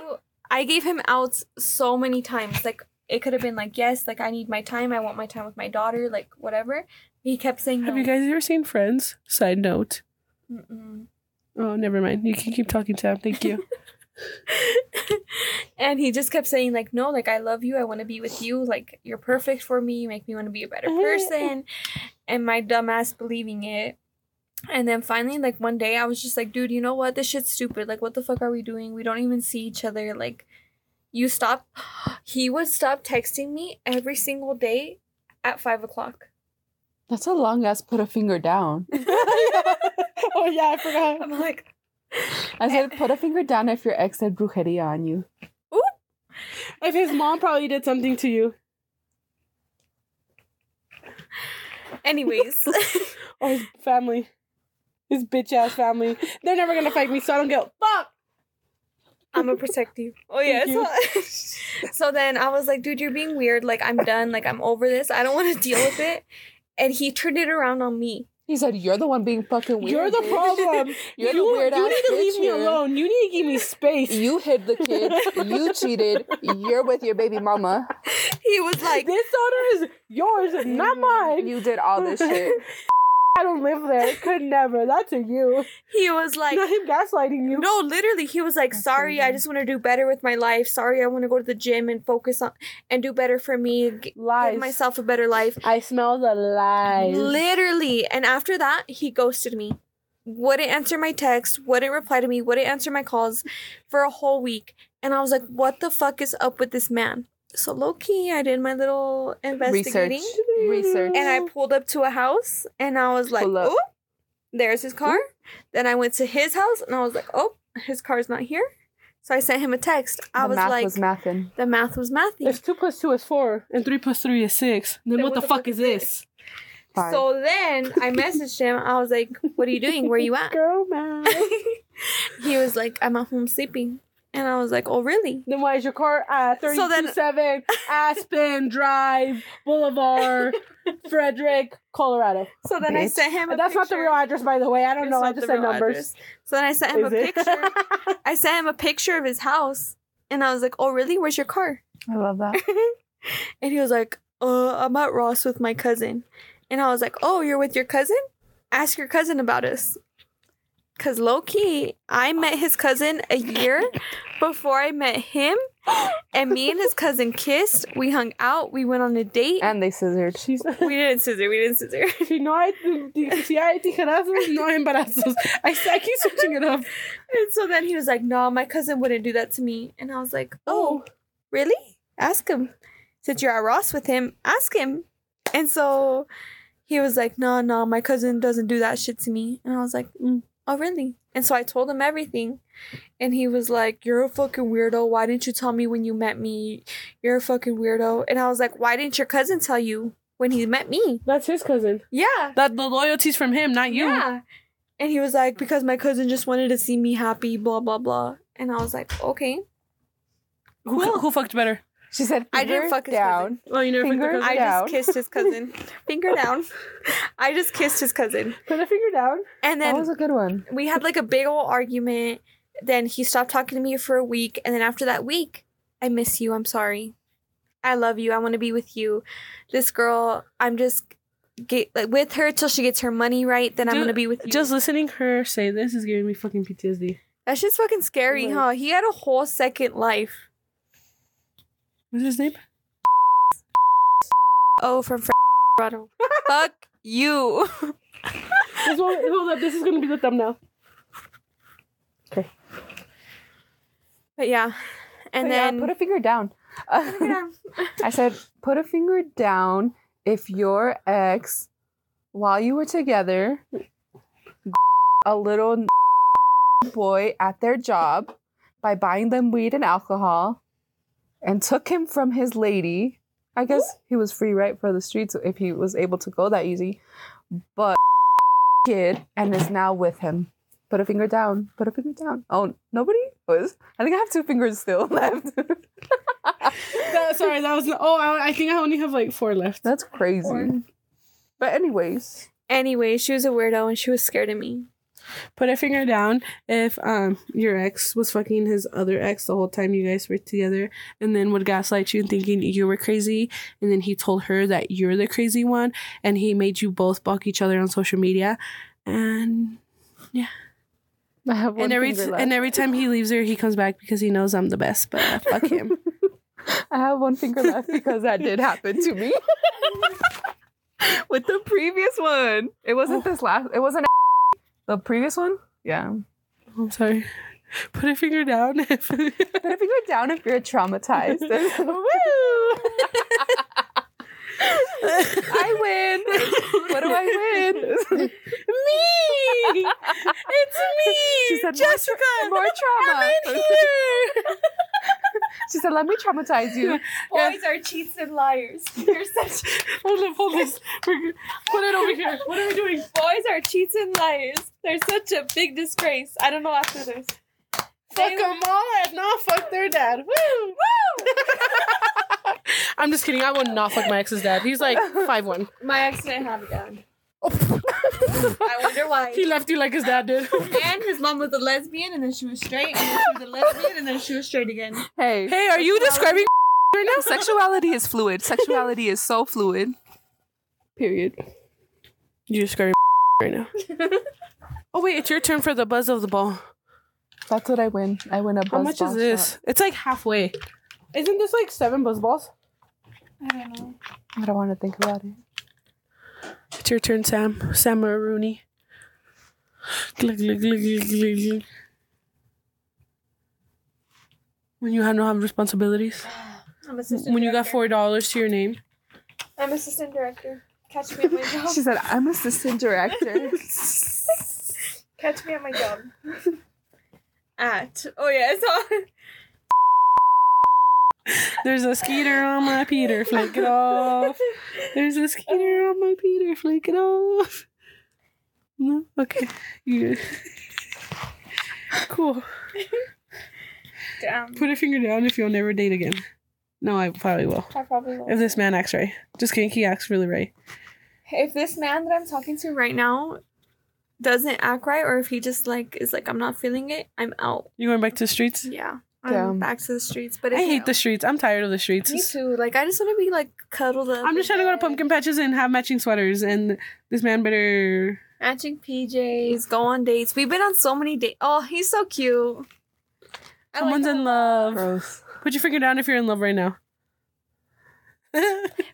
I gave him outs so many times. Like it could have been like, yes, like I need my time. I want my time with my daughter. Like whatever. He kept saying, no. Have you guys ever seen Friends? Side note. Mm-mm. Oh, never mind. You can keep talking, Sam. Thank you. and he just kept saying like, no, like I love you. I want to be with you. Like you're perfect for me. You make me want to be a better person. And my dumbass believing it. And then finally, like one day, I was just like, dude, you know what? This shit's stupid. Like, what the fuck are we doing? We don't even see each other. Like, you stop. He would stop texting me every single day at five o'clock. That's a long ass put a finger down. oh, yeah, I forgot. I'm like, I said put a finger down if your ex had brujeria on you. If his mom probably did something to you, anyways. or his family, his bitch ass family, they're never gonna fight me, so I don't give a fuck. I'm gonna protect you. Oh yeah. So, so then I was like, dude, you're being weird. Like I'm done. Like I'm over this. I don't want to deal with it. And he turned it around on me. He said you're the one being fucking weird. You're the bitch. problem. You're the you, weird you ass need to bitch leave me here. alone. You need to give me space. You hid the kid. You cheated. You're with your baby mama. He was like, this daughter is yours, and not mine. You did all this shit. I don't live there. Could never. That's a you. he was like, not him gaslighting you. no, literally, he was like, sorry, I just want to do better with my life. Sorry, I want to go to the gym and focus on and do better for me. g- lies. Give myself a better life. I smell the lies. Literally. And after that, he ghosted me. Wouldn't answer my text, wouldn't reply to me, wouldn't answer my calls for a whole week. And I was like, what the fuck is up with this man? So low key, I did my little investigating. Research. Research. And I pulled up to a house and I was like, Pull up. oh, there's his car. Then I went to his house and I was like, oh, his car's not here. So I sent him a text. I the was math like, was mathin'. the math was mathy. If two plus two is four and three plus three is six, then what, the, fuck, is this? Fine. So then I messaged him. I was like, what are you doing? Where you at? Girl, man. he was like, I'm at home sleeping. And I was like, Oh, really? then why is your car at So then- 327 Aspen Drive Boulevard, Frederick, Colorado? So then I Bitch. sent him a That's not the picture. real address, by the way. I don't It's know. I not just the said real numbers. address. So then I sent him a Is it? picture. I sent him a picture of his house. And I was like, Oh, really? Where's your car? I love that. And he was like, Uh, I'm at Ross with my cousin. And I was like, Oh, you're with your cousin? Ask your cousin about us. Cause low key, I met his cousin a year before I met him. And me and his cousin kissed. We hung out. We went on a date. And they scissored. She's we didn't scissor. We didn't scissor. Si no hay, si hay tijerazos, no hay embarazos. I, I keep switching it up. And so then he was like, No, my cousin wouldn't do that to me. And I was like, Oh, really? Ask him. Since you're at Ross with him, ask him. And so he was like, No, no, my cousin doesn't do that shit to me. And I was like, mm, oh really and so i told him everything and he was like you're a fucking weirdo why didn't you tell me when you met me you're a fucking weirdo and i was like why didn't your cousin tell you when he met me That's his cousin. yeah That the loyalty's from him, not you. yeah and he was like because my cousin just wanted to see me happy blah blah blah and i was like okay Who, Cool. who fucked better? She said, I didn't "Finger fuck his down. Oh, you never Finger- finger, i cousin. Down. just kissed his cousin finger down i just kissed his cousin Put a finger down. and That then was a good one. we had like a big old argument. Then he stopped talking to me for a week, and then after that week, I miss you. I'm sorry. I love you. I want to be with you. This girl, I'm just get like with her till she gets her money right. Then I'm Ju- gonna be with you. Just listening her say this is giving me fucking PTSD. That's just fucking scary, Like- huh? He had a whole second life. What's his name? Oh, from Fr- Colorado. Fuck you. This one- hold up, this is gonna be the thumbnail. But yeah, and But yeah, then put a finger down. Yeah. I said, put a finger down if your ex, while you were together, a little boy at their job by buying them weed and alcohol and took him from his lady. I guess he was free, right, for the streets if he was able to go that easy. But kid and is now with him. Put a finger down. Put a finger down. Oh, nobody was. I think I have two fingers still left. That- sorry, that was. Oh, I, I think I only have like four left. That's crazy. But anyways, anyway, she was a weirdo and she was scared of me. Put a finger down if um your ex was fucking his other ex the whole time you guys were together, and then would gaslight you and thinking you were crazy, and then he told her that you're the crazy one, and he made you both block each other on social media, and I have one and every finger t- left. and every time he leaves her, he comes back because he knows I'm the best. But uh, fuck him. I have one finger left because that did happen to me. With the previous one, it wasn't this last. It wasn't the previous one. Yeah. I'm sorry. Put a finger down if Put a finger down if you're traumatized. Woo! I win. What do I win? me. It's me. She said, Jessica. More trauma. I'm in here. She said, "Let me traumatize you." Boys are cheats and liars. You're such Hold up, hold this. We're good. Put it over here. What are we doing? Boys are cheats and liars. They're such a big disgrace. I don't know after this. Fuck them all and not fuck their dad. Woo! Woo! I'm just kidding. I will not fuck my ex's dad. He's like five one. My ex didn't have a dad. I wonder why. He left you like his dad did. And his mom was a lesbian, and then she was straight, and then she was a lesbian, and then she was straight again. Hey, hey, are you describing right now? sexuality is fluid. Sexuality is so fluid. Period. You're describing right now. Oh wait, it's your turn for the buzz of the ball. That's what I win. I win a buzz How much is ball this? shot. It's like halfway. Isn't this like seven buzz balls? I don't know. I don't want to think about it. It's your turn, Sam. Sam Rooney. Glug, glug, glug, glug, glug, glug. When you have no have responsibilities. I'm assistant. When you got director. four dollars to your name. I'm assistant director. Catch me at my job. She said, "I'm assistant director." Catch me at my job. at oh yeah, it's on. There's a skeeter on my Peter, flake it off. There's a skeeter on my Peter, flake it off. No? Okay. You. Cool. Damn. Put a finger down if you'll never date again. No, I probably will. I probably will. If this man acts right. Just kidding, he acts really right. if this man that I'm talking to right now doesn't act right, or if he just like is like I'm not feeling it, I'm out. You going back to the streets? Yeah, I'm Damn. back to the streets. But I if- hate the streets. I'm tired of the streets. Me too. Like I just want to be like cuddled up. I'm just in trying to go to bed, pumpkin patches and have matching sweaters, and this man better. Matching PJs, go on dates. We've been on so many dates. Oh, he's so cute. I like Someone's him. in love. Gross. Put your finger down if you're in love right now.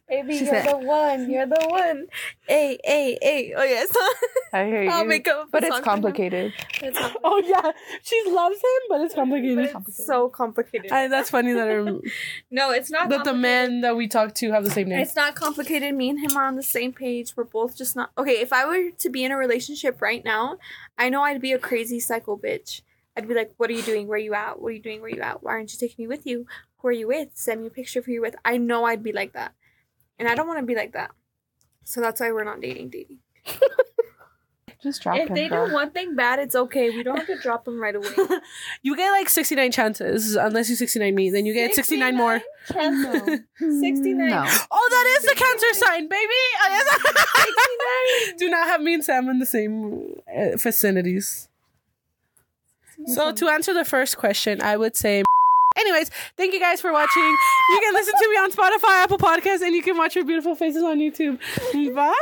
Baby, She you're said- the one. You're the one. Hey, hey, hey. Oh yes. I hear you. I'll make up. a but song it's for him. complicated. It's complicated. oh yeah, she loves him, but it's complicated. But it's so complicated. I, that's funny that our, no, it's not. that the complicated. men that we talked to have the same name. It's not complicated. Me and him are on the same page. We're both just not okay. If I were to be in a relationship right now, I know I'd be a crazy psycho bitch. I'd be like, "What are you doing? Where are you at? What are you doing? Where are you at? Why aren't you taking me with you? Who are you with? Send me a picture of who you're with." I know I'd be like that, and I don't want to be like that. So that's why we're not dating. Dating. Just drop if him, they girl. do one thing bad, it's okay. We don't have to drop them right away. you get like 69 chances unless you 69 me, then you get 69 more. Chances. 69. No. Oh, that is the cancer sign, baby. Oh, yes. Do not have me and Sam in the same uh, vicinities. So to answer the first question, I would say. Anyways, thank you guys for watching. You can listen to me on Spotify, Apple Podcasts, and you can watch your beautiful faces on YouTube. Bye.